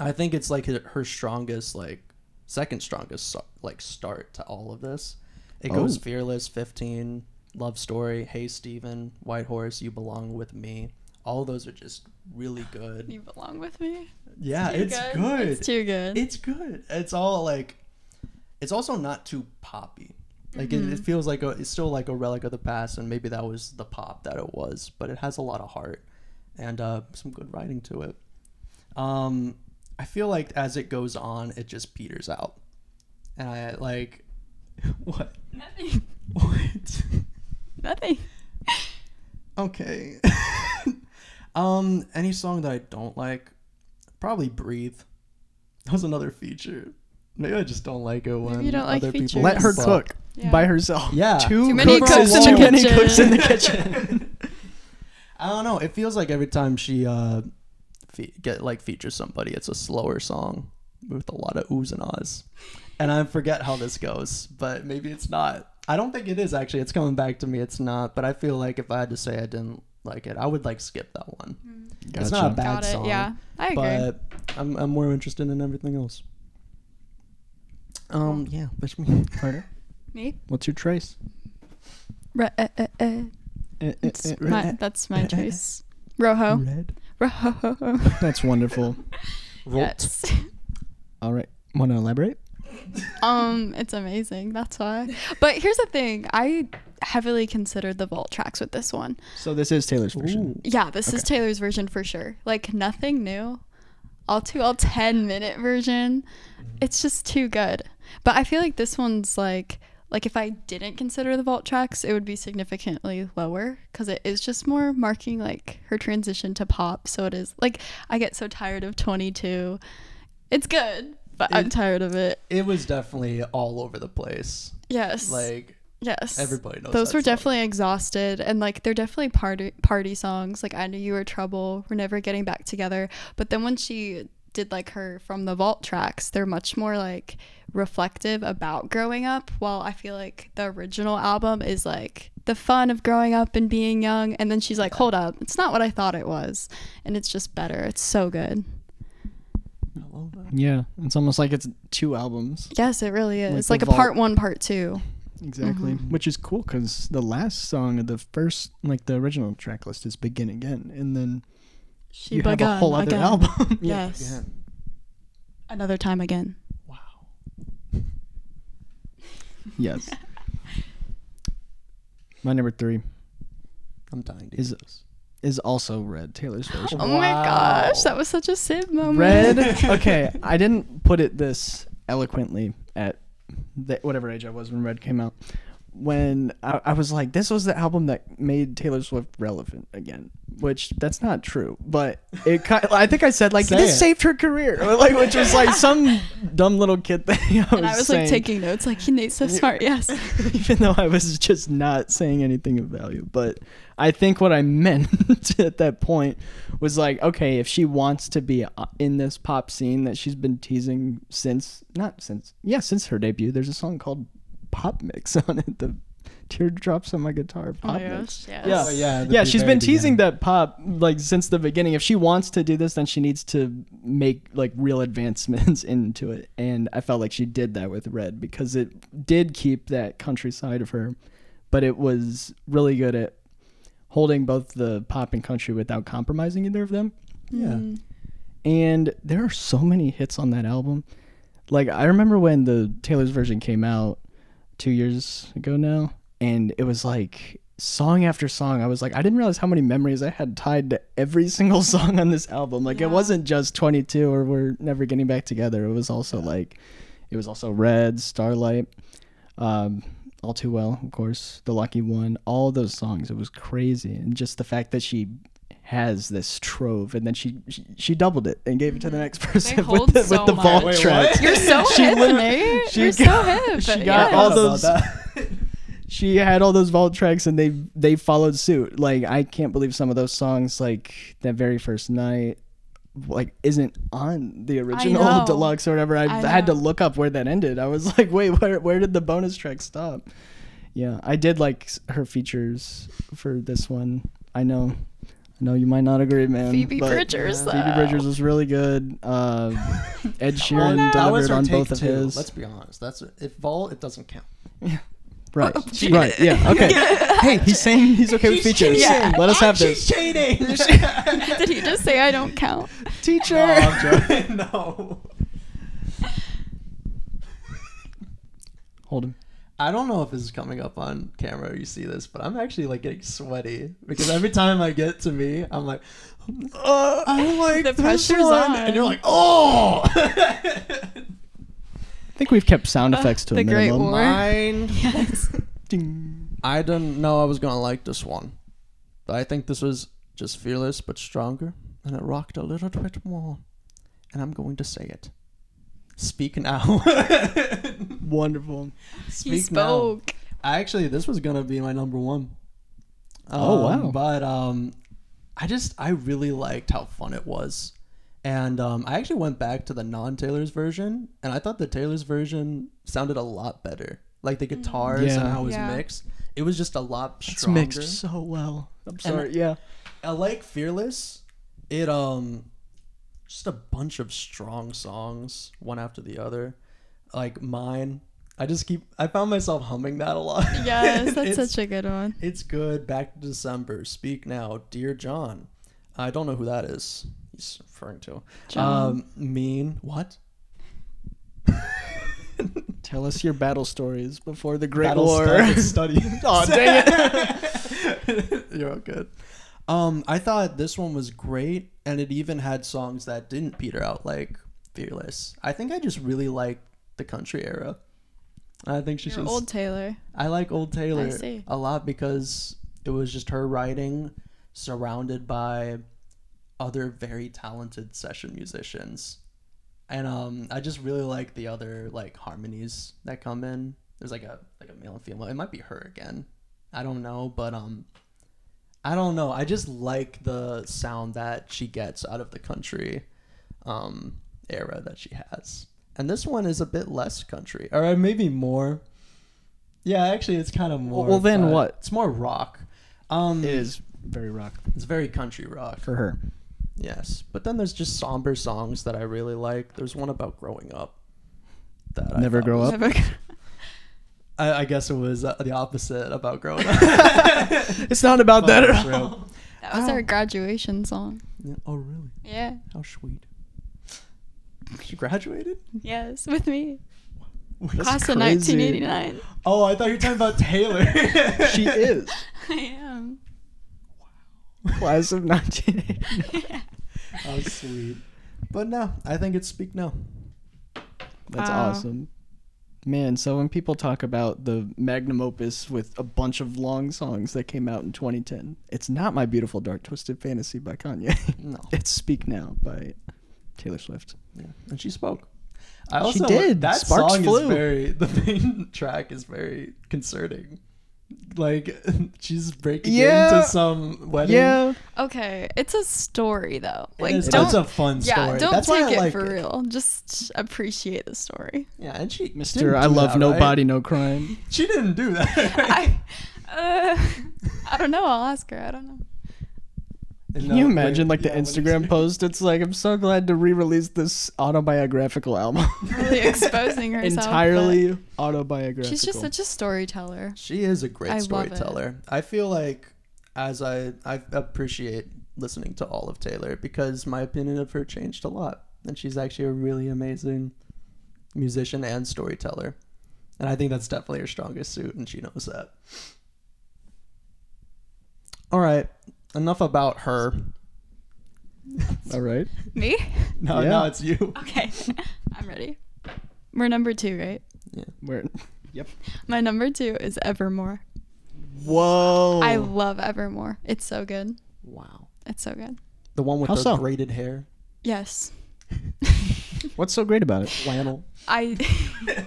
I think it's like her her strongest like second strongest so- like start to all of this. It goes
Oh.
Fearless 15, Love Story, Hey Steven, White Horse, You Belong with Me. All those are just really good.
You belong with me.
Yeah, it's good.
It's too good.
it's good. It's all like, it's also not too poppy. Like it, it feels like a, it's still like a relic of the past, and maybe that was the pop that it was, but it has a lot of heart and uh, some good writing to it. Um, I feel like as it goes on, it just peters out, and I like, what,
nothing.
what?
Nothing.
Okay. um, any song that I don't like, probably "Breathe." That was another feature. Maybe I just don't like it when
you don't like
other people
features.
Let her
fuck.
cook
Yeah.
by herself.
Yeah.
Two
Too many
cooks,
cooks
is
in
too
the
many
kitchen.
cooks in the kitchen.
I don't know. It feels like every time she uh fe- get like features somebody, it's a slower song with a lot of oohs and ahs. And I forget how this goes, but maybe it's not. I don't think it is actually. It's coming back to me. It's not. But I feel like if I had to say I didn't like it, I would like skip that one. It's not a bad
Got it.
song.
Yeah, I agree.
but I'm, I'm more interested in everything else. Um, yeah, push me.
Carter,
Me?
what's your choice?
Re- uh, uh, uh.
Eh, eh,
It's
eh.
my, that's my choice. Rojo.
Red.
Rojo.
That's wonderful.
Yes.
All right. Want to elaborate?
Um, it's amazing. That's why. But here's the thing. I heavily considered the vault tracks with this one.
So this is Taylor's version.
Yeah, this is Taylor's version for sure. Like nothing new. All too all 10 minute version. It's just too good. But I feel like this one's like like if I didn't consider the vault tracks, it would be significantly lower cuz it is just more marking like her transition to pop, so it is like I get so tired of 22. It's good, but I'm tired of it.
It was definitely all over the place.
Yes.
Like
Yes.
everybody
Oh,
knows.
Those
that
were
song.
definitely exhausted and like they're definitely party party songs. Like I knew you were trouble, we're never getting back together. But then when she did like her from the vault tracks, they're much more like reflective about growing up. While I feel like the original album is like the fun of growing up and being young and then she's like, Hold up, it's not what I thought it was and it's just better. It's so good.
I love that.
Yeah. It's almost like it's two albums.
Yes, it really is.
Like
It's
the
like a
vault-
part one, part two.
Exactly. Which is cool because the last song of the first, like the original track list is Begin Again. And then
She
you have a whole other album.
Yes. Another time again.
Wow.
yes. My number three
I'm dying to.
is is also Red, Taylor's version.
Oh my
Wow.
gosh, that was such a Sid moment.
Red. Okay, I didn't put it this eloquently at the, whatever age I was when Red came out. When I, I was like, this was the album that made Taylor Swift relevant again, which that's not true, but it. Kind I think I said like
Say
this
it.
saved her career, or, like which was like some dumb little kid thing. I was,
And I was
saying,
like taking notes, like Nate's so smart. Yes. Oh
even though I was just not saying anything of value. But I think what I meant at that point was like, okay, if she wants to be uh, in this pop scene that she's been teasing since, not since, yeah, since her debut, there's a song called Pop Mix on it, the Teardrops on My Guitar Pop Mix. Yeah.
Oh, yeah, the
yeah,
be-
she's
very
been teasing
beginning.
that pop like since the beginning. If she wants to do this, then she needs to make like real advancements into it. And I felt like she did that with Red because it did keep that countryside of her, but it was really good at holding both the pop and country without compromising either of them.
Mm.
Yeah.
And there are so many hits on that album. Like I remember when the Taylor's version came out 2 years ago now and it was like song after song I was like I didn't realize how many memories I had tied to every single song on this album. Like
Yeah.
it wasn't just 22 or we're never getting back together. It was also like it was also Red, Starlight, um, All Too Well, of course, The Lucky One, all those songs. It was crazy, and just the fact that she has this trove, and then she she, she doubled it and gave it to the next person
hold
with the,
so
with the
much.
vault
Wait,
tracks.
You're so hip, Nate.
she
You're
got-
so hip.
She got
yes.
all
Forgot
those.
about
she had all those vault tracks, and they they followed suit. Like I can't believe some of those songs, like that very first night, like isn't on the
know.
original deluxe or whatever. I,
I
had to
know.
look up where that ended. I was like, wait, where where did the bonus track stop? Yeah, I did like s- her features for this one. I know, I know you might not agree, man.
Phoebe
but
Bridgers. uh,
Phoebe
though.
Bridgers was really good. Uh, Ed Sheeran
That was
delivered
her
on
take
both of
two.
his.
Let's be honest. That's if vault, it doesn't count.
Right. right. Yeah. Okay. hey, he's saying he's okay with features.
cheating.
Let us have this.
Ah, cheating.
Did he just say I don't count?
Teacher.
no.
Hold him.
I don't know if this is coming up on camera or you see this, but I'm actually like getting sweaty because every time I get to me, I'm like, uh, I'm like
The
this
pressure's
one,"
on.
and you're like, oh,
I think we've kept sound effects to
Uh, the
a
great
minimum.
war.
mine.
Yes.
Ding.
I didn't know I was gonna like this one, but I think this was just fearless but stronger, and it rocked a little bit more. And I'm going to say it. Speak now.
Wonderful.
He
Speak now.
spoke.
Actually, this was gonna be my number one.
Oh,
Um,
wow.
But um, I just I really liked how fun it was, and um, I actually went back to the non-Taylor's version, and I thought the Taylor's version sounded a lot better. Like the guitars and
Yeah.
how it was
Yeah.
mixed, it was just a lot
It's
stronger.
mixed so well. I'm sorry. yeah.
I like Fearless. It um, just a bunch of strong songs, one after the other. like mine. I just keep. I found myself humming that a lot.
Yes, that's
it's,
such a good one.
it's good. Back to December. Speak now, dear John. I don't know who that is. He's referring to.
John.
Um, mean what?
Tell us your battle stories before the Great
Battle
War.
Study.
Aw, dang it.
You're all good. Um, I thought this one was great, and it even had songs that didn't peter out, like "Fearless." I think I just really like the country era. I think she
You're
just.
old Taylor.
I like old Taylor
see.
a lot because it was just her writing, surrounded by other very talented session musicians, and um, I just really like the other like harmonies that come in. There's like a like a male and female. It might be her again. I don't know, but um, I don't know. I just like the sound that she gets out of the country um, era that she has. And this one is a bit less country, or maybe more. Yeah, actually, it's kind of more.
well, then
but
what?
It's more rock. Um,
it is very rock
It's very country rock.
for her.
Yes, but then there's just somber songs that I really like. There's one about growing up. That I
Never
thought
grow
was-
up?
Never-
I, I guess it was uh, the opposite about growing up.
It's not about that at all.
True.
that was
Ah.
our graduation song.
Yeah, Oh, really?
Yeah.
How sweet. She graduated?
Yes, with me.
That's
Class of
crazy.
1989.
Oh, I thought you were talking about Taylor.
She is
I am.
class of 1989.
How sweet. But no, I think it's Speak Now.
That's
Wow.
awesome. Man, so when people talk about the magnum opus with a bunch of long songs that came out in 2010, it's not My Beautiful Dark Twisted Fantasy by Kanye.
No.
it's Speak Now by Taylor Swift.
Yeah. And she spoke. I
She
also
did.
that
Sparks
song
flew.
is very the main track is very concerning. Like she's breaking
Yeah.
into some wedding.
Yeah.
Okay, it's a story though.
Like,
Like
it's,
don't
it's a fun
yeah,
story.
don't
That's why
take
I
it
like
for real. Just appreciate the story.
Yeah, and she
Mr.
didn't
I
do
Love
that, right?
Nobody, No Crime.
She didn't do that.
I, uh, I don't know. I'll ask her. I don't know.
Can
No,
you
wait,
imagine, like,
yeah,
the
when it's-
Instagram post? It's like, I'm so glad to re release this autobiographical album.
Really exposing herself. but
Entirely autobiographical.
She's just such a storyteller.
She is a great
I love it.
storyteller. I feel like as I I appreciate listening to all of Taylor because my opinion of her changed a lot and she's actually a really amazing musician and storyteller. And I think that's definitely her strongest suit and she knows that. All right, enough about her.
All right.
Me?
No,
Yeah.
no, it's you.
Okay, I'm ready. We're number two, right?
Where?
My number two is Evermore.
Whoa.
Oh.
I love Evermore. It's so good.
Wow.
It's so good.
The one with
How
her
so?
braided hair,
Yes.
What's so great about it?
flannel.
I.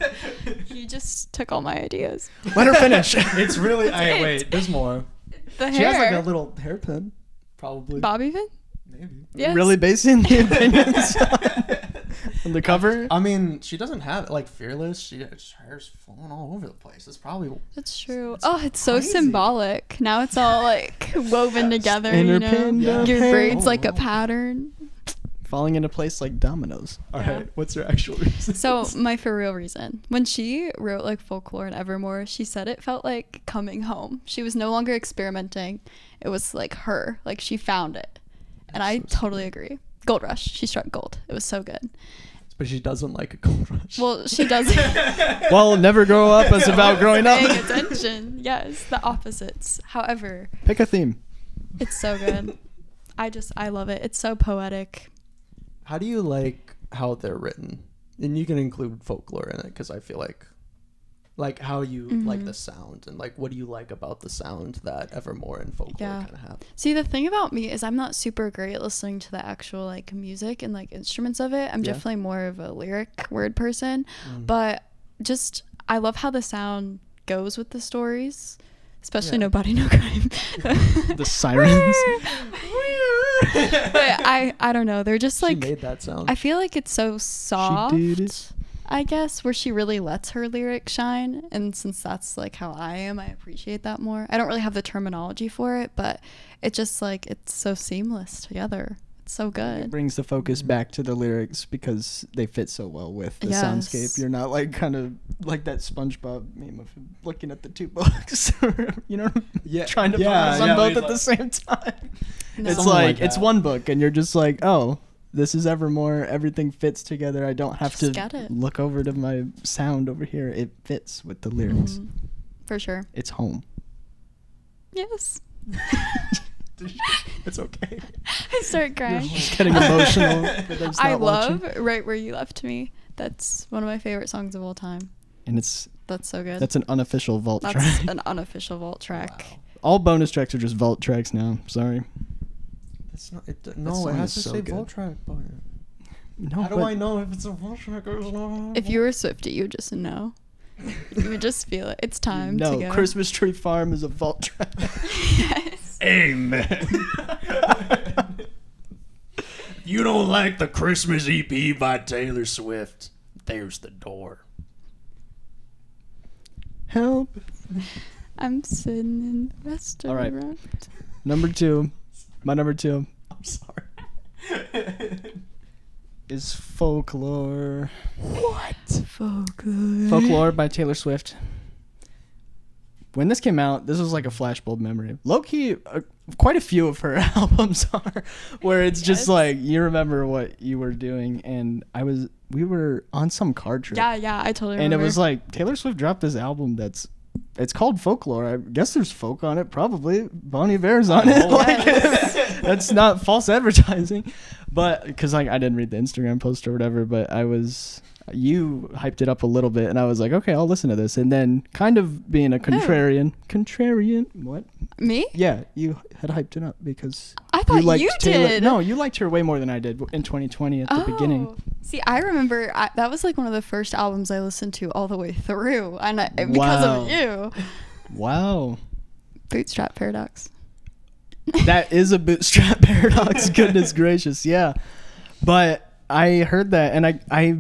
you just took all my ideas.
Let her finish.
It's really. I,
it.
wait, there's more.
The
She
hair.
has like a little hairpin, probably.
Bobby pin?
Maybe.
Yes.
Really basing the opinions on the cover?
I mean, she doesn't have like fearless. She her hair's flowing all over the place. It's probably
That's true. oh, it's so
crazy.
symbolic. Now it's all like woven together. You know,
Interpinned
Yeah.
up
your
hair.
braids like
Oh,
a
wow.
pattern.
Falling into place like dominoes.
all
Yeah.
right. What's her actual reason?
So my for real reason, when she wrote like folklore and Evermore, she said it felt like coming home. She was no longer experimenting; it was like her, like she found it. And I totally agree. Gold Rush, she struck gold. It was so good.
but she doesn't like a gold rush.
Well, she doesn't
Well, never grow up is about growing
paying
up.
attention. Yes, the opposites. However,
Pick a theme.
it's so good. I just I love it. It's so poetic.
how do you like how they're written? And you can include folklore in it because I feel like, like how you
Mm-hmm.
like the sound and like what do you like about the sound that Evermore and folklore
Yeah.
kind of have.
See, the thing about me is I'm not super great at listening to the actual like music and like instruments of it. I'm
Yeah. Mm.
definitely more of a lyric word person, but just I love how the sound goes with the stories, especially
Yeah.
Nobody No Crime.
The sirens.
but I I don't know. They're just
she
like
made that sound.
I feel like it's so soft.
did it.
I guess where she really lets her lyric shine, and since that's like how I am, I appreciate that more. I don't really have the terminology for it, but it just like it's so seamless together. It's so
It
good.
brings the focus back to the lyrics because they fit so well with the soundscape.
Yes.
You're not like kind of like that SpongeBob meme of him looking at the two books, you know,
Yeah,
trying to
yeah,
focus on
yeah.
both at the same time.
No.
It's
Something
like,
like
it's
that.
one book, and you're just like, oh, this is Evermore. Everything fits together. I don't have
Just get
to
it.
look over to my sound over here. It fits with the lyrics.
Mhm. For sure.
It's home.
Yes.
It's okay.
I start crying.
Just getting emotional. for those
I
not watching.
love Right Where You Left Me. That's one of my favorite songs of all time.
and it's
That's so good.
that's an unofficial vault
That's
track.
an unofficial vault track.
All bonus tracks are just vault tracks now. Sorry.
It's not, it, no,
song
it
is
has to
so
say
good.
Voltrack. but-
No,
How do
but
I know if it's a Voltrack or not?
If you were Swifty, you would just know. You would just feel it. It's time
no,
to go.
Christmas Tree Farm is a vault track.
yes.
Amen. you don't like the Christmas EP by Taylor Swift? There's the door.
Help.
I'm sitting in the
All right.
restaurant.
Number two, my number two
I'm sorry.
is Folklore.
Folklore.
Folklore by Taylor Swift. When this came out, this was like a flashbulb memory. Low key, uh, quite a few of her albums are where it's just
Yes.
like you remember what you were doing, and I was we were on some car trip.
Yeah, yeah, I totally
and
remember.
it was like Taylor Swift dropped this album that's it's called Folklore. I guess there's folk on it, probably. Bon Iver's on
Oh.
it. Like, that's not false advertising, but because like I didn't read the Instagram post or whatever, but I was you hyped it up a little bit, and I was like, okay, I'll listen to this. And then, kind of being
Oh.
a contrarian, contrarian, what?
me.
Yeah, you had hyped it up because
I thought you,
Taylor.
did. Oh.
No, you liked her way more than I did in 2020 at the beginning.
See, I remember I, that was like one of the first albums I listened to all the way through, and I, because
Wow.
of you,
Wow.
Bootstrap Paradox.
that is a bootstrap paradox goodness gracious yeah but i heard that and i i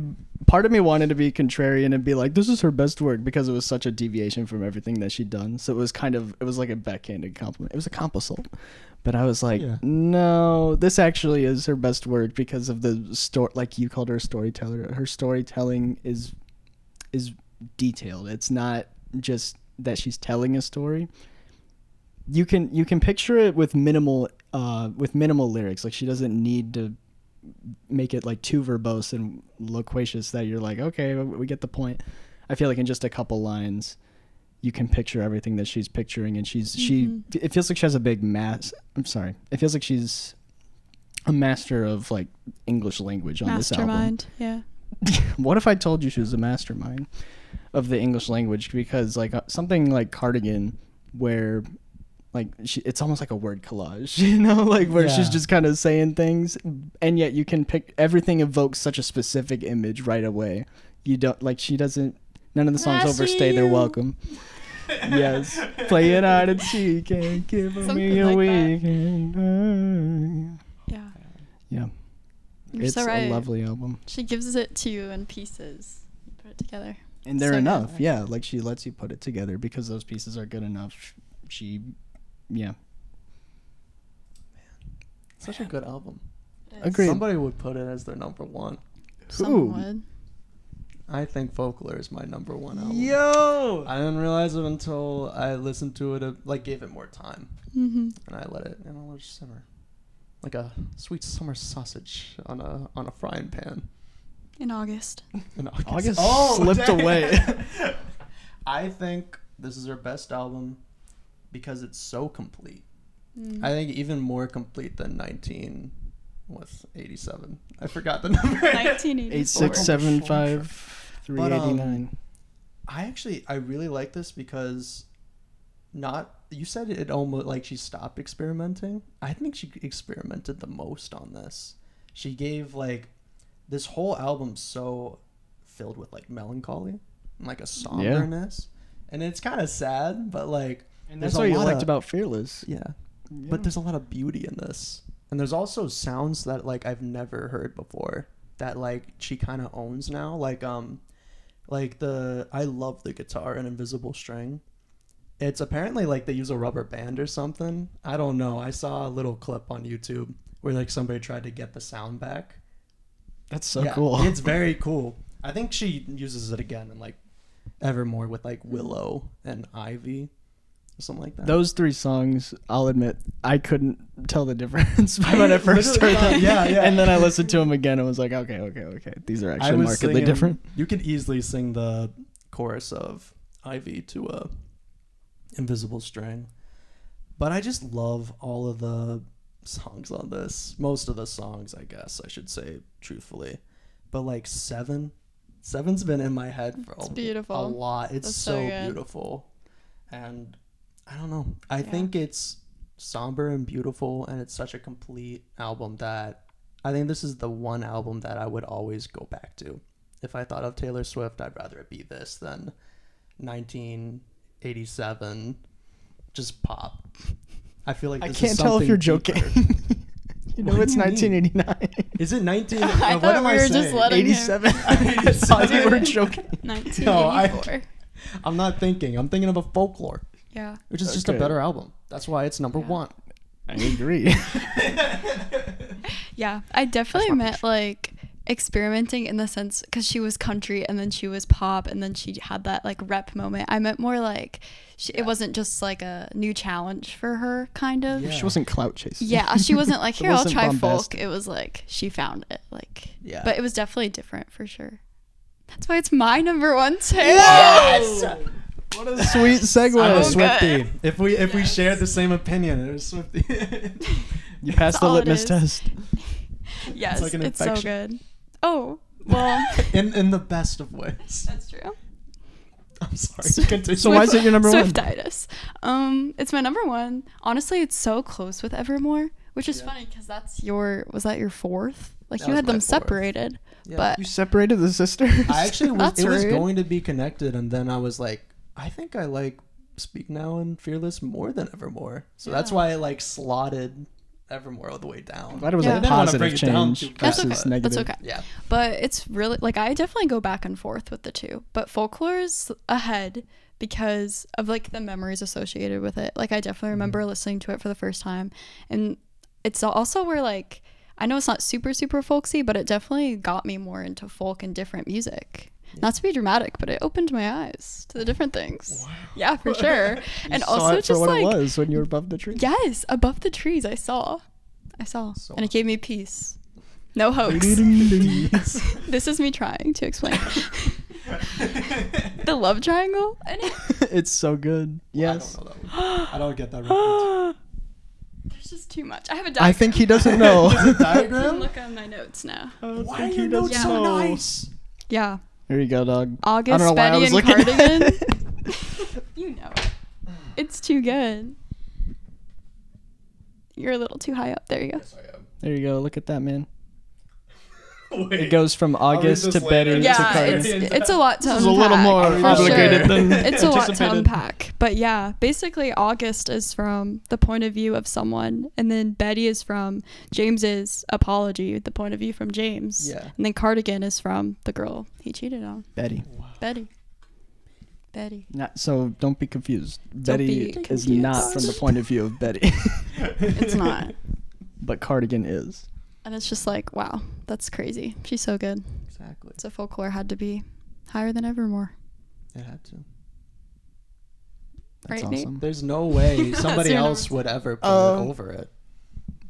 part of me wanted to be contrarian and be like this is her best work because it was such a deviation from everything that she'd done so it was kind of it was like a backhanded compliment it was a compasult but i was like
Yeah.
no this actually is her best work because of the story like you called her a storyteller her storytelling is is detailed it's not just that she's telling a story you can you can picture it with minimal uh with minimal lyrics like she doesn't need to make it like too verbose and loquacious that you're like okay we get the point i feel like in just a couple lines you can picture everything that she's picturing and she's she it feels like she has a big mass i'm sorry it feels like she's a master of like english language on
Mastermind. Yeah.
this album what if i told you she was a mastermind of the english language because like uh, something like cardigan where like she, it's almost like a word collage, you know, like where she's
Yeah.
just kind of saying things, and yet you can pick everything evokes such a specific image right away. You don't like she doesn't. None of the songs
I
overstay
see
their
you.
welcome. yes, play it out and see. Can't give me
Something
a
like that.
weekend.
Yeah.
Yeah,
You're
it's
so right.
a lovely album,
She gives it to you in pieces. You put it together.
and they're
So good.
enough. Yeah, like she lets you put it together because those pieces are good enough. She, yeah,
Such a good album.
Agreed.
Somebody would put it as their number one.
Someone would.
I think Folklore is my number one album.
Yo.
I didn't realize it until I listened to it, uh, like gave it more time,
hmm
and I let it and I let it simmer, like a sweet summer sausage on a on a frying pan. Oh,
In August.
In
August slipped away.
I think this is her best album because it's so complete.
Mm-hmm.
I think even more complete than 19 was 87. I forgot the number.
1984.
Eight six seven five three
But,
eighty
um,
nine.
I actually I really like this because not you said it almost like she stopped experimenting. I think she experimented the most on this. She gave like this whole album so filled with like melancholy and like a somberness. And it's kind of sad, but like
And
there's a
that's what you
lot
liked
of-
about Fearless.
yeah. But there's a lot of beauty in this. And there's also sounds that like I've never heard before that like she kind of owns now like um like the I love the guitar and invisible string. It's apparently like they use a rubber band or something. I don't know. I saw a little clip on YouTube where like somebody tried to get the sound back.
That's so
Yeah,
cool.
It's very cool. I think she uses it again in like Evermore with like Willow and Ivy, or something like that.
Those three songs, I'll admit, I couldn't tell the difference when I first
literally
heard them.
thought- yeah, yeah.
And then I listened to them again and was like, okay, okay, okay. These are
I
actually
was
markedly
singing-
different.
You could easily sing the chorus of Ivy to a Invisible String, but I just love all of the songs on this. Most of the songs, I guess I should say truthfully, but like seven, seven's been in my head for
It's
a, a
beautiful.
lot. It's
That's so
so,
good.
beautiful, and I don't know. I
Yeah.
think it's somber and beautiful, and it's such a complete album that I think this is the one album that I would always go back to. If I thought of Taylor Swift, I'd rather it be this than 1987 just pop. I feel like
I
this
can't
is
tell
something
if you're
deeper.
joking. you know,
What do
it's
you mean?
1989.
Is it 19?
I
uh, what
thought
am
we
I
were just
saying?
letting-
87. I thought you were joking. Oh,
1984.
I'm not thinking. I'm thinking of a folklore,
yeah.
which is just a
Okay.
better album. That's why it's number one.
I agree.
Yeah. I definitely meant like experimenting in the sense because she was country and then she was pop and then she had that like rep moment. I meant more like she, it wasn't just like a new challenge for her, kind of.
Yeah.
Yeah.
she wasn't clout chasing.
she wasn't like
It
here. I'll
wasn't
try
bombastic.
folk. It was like she found it. Like,
Yeah.
but it was definitely different for sure. That's why it's my number one too.
What a sweet segue.
I'm a
So
Swifty.
good.
If we if we shared the same opinion, it was Swifty.
You passed the
all it
litmus
is.
test.
Yes,
like an
it's so
infection.
good. Oh well,
in in the best of ways.
that's true.
I'm sorry. Continue.
So why is it your number one?
Swiftitis. Um, it's my number one. Honestly, it's so close with Evermore, which is funny 'cause funny because that's your was that your fourth? Like
That
you
was
had
my
them
fourth.
separated,
Yeah.
but
You separated the sisters.
I actually was,
That's
it was
rude.
going to be connected, and then I was like, I think I like Speak Now and Fearless more than Evermore, so that's
Yeah.
why I like slotted Evermore all the way down.
Glad it was
Yeah.
a
I
didn't wanna
positive
break it down
change
too bad,
that's
versus
okay.
negative.
That's okay.
Yeah,
But it's really like I definitely go back and forth with the two, but folklore's ahead because of like the memories associated with it. Like I
Mm-hmm.
definitely remember listening to it for the first time, and it's also where like I know it's not super super folksy, but it definitely got me more into folk and different music. Not to be dramatic, but it opened my eyes to the different things. Yeah, for sure. and
Saw
also
it for
just
what
like
it was when you were above the tree.
yes, above the trees, I saw, I saw,
Saw.
and it gave me peace. No hoax. This is me trying to explain the love triangle. And it-
it's so good. Yes.
I don't know that one. I don't get that reference.
there's just too much. I have a diagram.
I think he doesn't know.
I can
Diagram?
look on my notes now.
Why are your notes
doesn't
so
know.
nice?
Yeah,
Here you go, dog.
August, Betty, and Cardigan. you know it. It's too good. You're a little too high up. There you go.
there you go. Look at that, man. It
Wait.
goes from August
this
to
later.
Betty
It's
Yeah,
to Cardigan.
it's, it's a lot to
is a
unpack.
little more
for
complicated
sure.
than
it's a lot to
anticipated.
unpack. But yeah, basically August is from the point of view of someone, and then Betty is from James's apology, the point of view from James.
Yeah.
And then Cardigan is from the girl he cheated on,
Betty.
Betty. Betty.
Not so. Don't be confused. Betty
be
is not from
confused.
the point of view of Betty,
It's not,
but Cardigan is.
and it's just like wow, that's crazy. She's so good.
Exactly.
So folklore had to be higher than Evermore.
It had to.
That's
Right, Nate?
awesome.
There's no way
That's
somebody
your
else
numbers.
would ever put
Um,
it over it.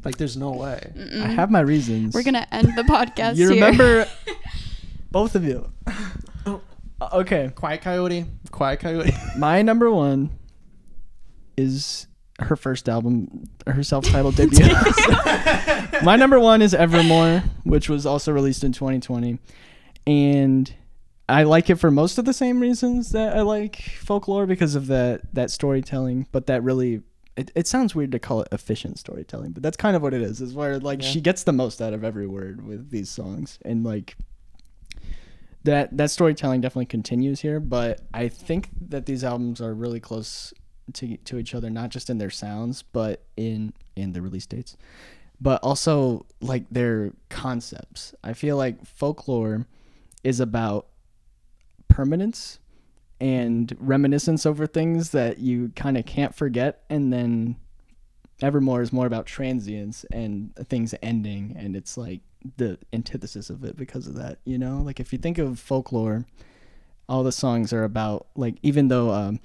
Like, there's no way.
I have my reasons.
Mm. We're gonna end the podcast.
You
here.
remember, both of you.
Oh.
Uh, Okay,
Quiet Coyote. Quiet Coyote.
my number one is her first album, her self-titled debut. my number one is Evermore, which was also released in 2020, and I like it for most of the same reasons that I like folklore because of that that storytelling. But that really, it, it sounds weird to call it efficient storytelling, but that's kind of what it is. Is where like she gets the most out of every word with these songs, and like that that storytelling definitely continues here. But I think that these albums are really close to to each other, not just in their sounds, but in in the release dates but also like their concepts. I feel like folklore is about permanence and reminiscence over things that you kind of can't forget and then Evermore is more about transience and things ending, and it's like the antithesis of it because of that. You know, like if you think of folklore, all the songs are about like even though um,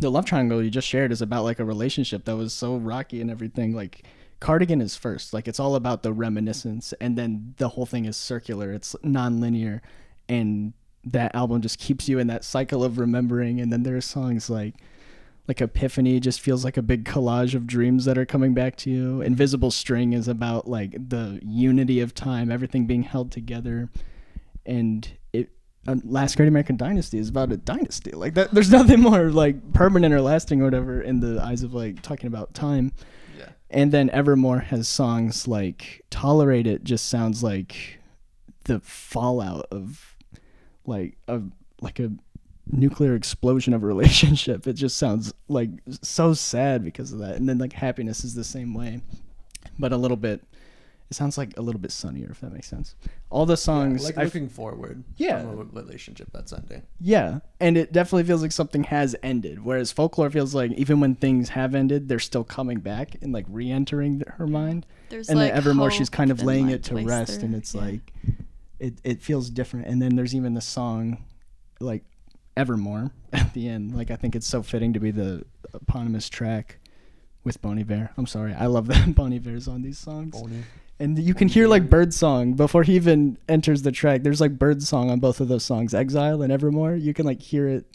the love triangle you just shared is about like a relationship that was so rocky and everything like cardigan is first like it's all about the reminiscence and then the whole thing is circular it's non-linear and that album just keeps you in that cycle of remembering and then there are songs like like epiphany just feels like a big collage of dreams that are coming back to you invisible string is about like the unity of time everything being held together and it uh, last great american dynasty is about a dynasty like that there's nothing more like permanent or lasting or whatever in the eyes of like talking about time
Yeah.
and then evermore has songs like tolerate it just sounds like the fallout of like a like a nuclear explosion of a relationship it just sounds like so sad because of that and then like happiness is the same way but a little bit it sounds like a little bit sunnier if that makes sense all the songs
Like
I-
looking forward
Yeah.
from a relationship that's ending.
yeah, and it definitely feels like something has ended. Whereas folklore feels like even when things have ended, they're still coming back and like re-entering th- her mind.
There's
and
like
then evermore, she's
hope
kind of
and,
laying
like,
it to
place
rest, and
there,
it's
yeah.
like it it feels different. And then there's even the song, like Evermore, at the end. Like I think it's so fitting to be the eponymous track with Bon Iver. I'm sorry, I love that Bon Iver's on these songs and you can hear like bird song before he even enters the track there's like bird song on both of those songs exile and evermore you can like hear it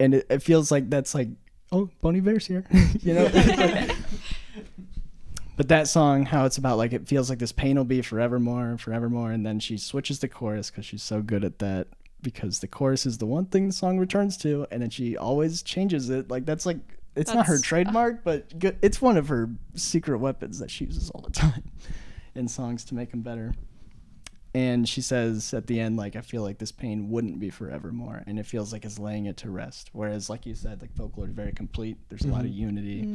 and it, it feels like that's like oh bonnie bear's here you know but that song how it's about like it feels like this pain will be forevermore forevermore and then she switches the chorus because she's so good at that because the chorus is the one thing the song returns to and then she always changes it like that's like it's not her
That's-
trademark but good, it's one of her secret weapons that she uses all the time in songs to make them better and she says at the end like i feel like this pain wouldn't be forevermore and it feels like it's laying it to rest whereas like you said like folklore is very complete there's a lot of unity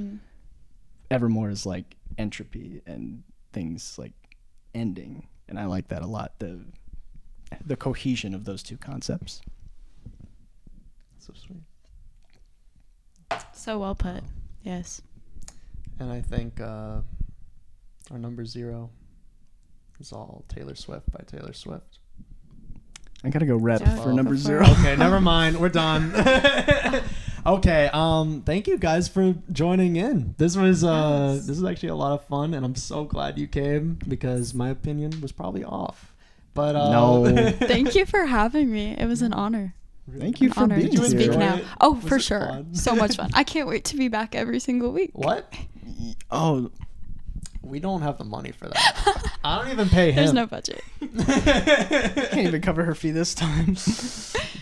evermore is like entropy and things like ending and i like that a lot the the cohesion of those two concepts
So sweet.
So well put. Yes.
And I think uh, our number zero is all Taylor Swift by Taylor Swift.
i gotta go rep
Yeah,
for
go
number
for
zero
it.
okay, never mind. We're done. okay, um, thank you guys for joining in. This was uh,
Yes.
this was actually a lot of fun, and I'm so glad you came because my opinion was probably off. But uh,
No.
Thank you for having me. It was an honor.
thank you for
Honor
being
to
here
speak
enjoy
now.
it?
Oh,
Was
for
it
sure.
fun?
So much fun. I can't wait to be back every single week.
What?
oh
We don't have the money for that. I don't even pay him.
There's no budget.
i can't even cover her fee this time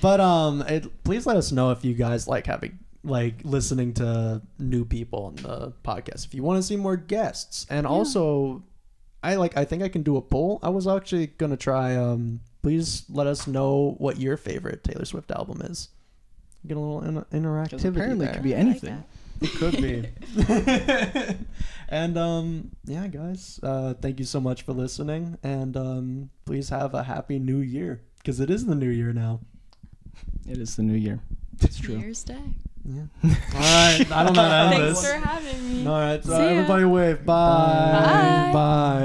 But um, it, please let us know if you guys like having like listening to new people on the podcast. If you want to see more guests, and also, I like I think I can do a poll. I was actually gonna try. Um, please let us know what your favorite Taylor Swift album is. Get a little in- interactivity.
apparently it
there.
could be anything
It could be. and um, yeah, guys, uh, thank you so much for listening. And um, please have a happy new year because it is the new year now.
it is the new year it's
New
true
Year's Day.
Yeah. All right. I don't know how to end
Thanks
this.
for having me.
All right. So
See ya.
everybody wave. Bye. Bye.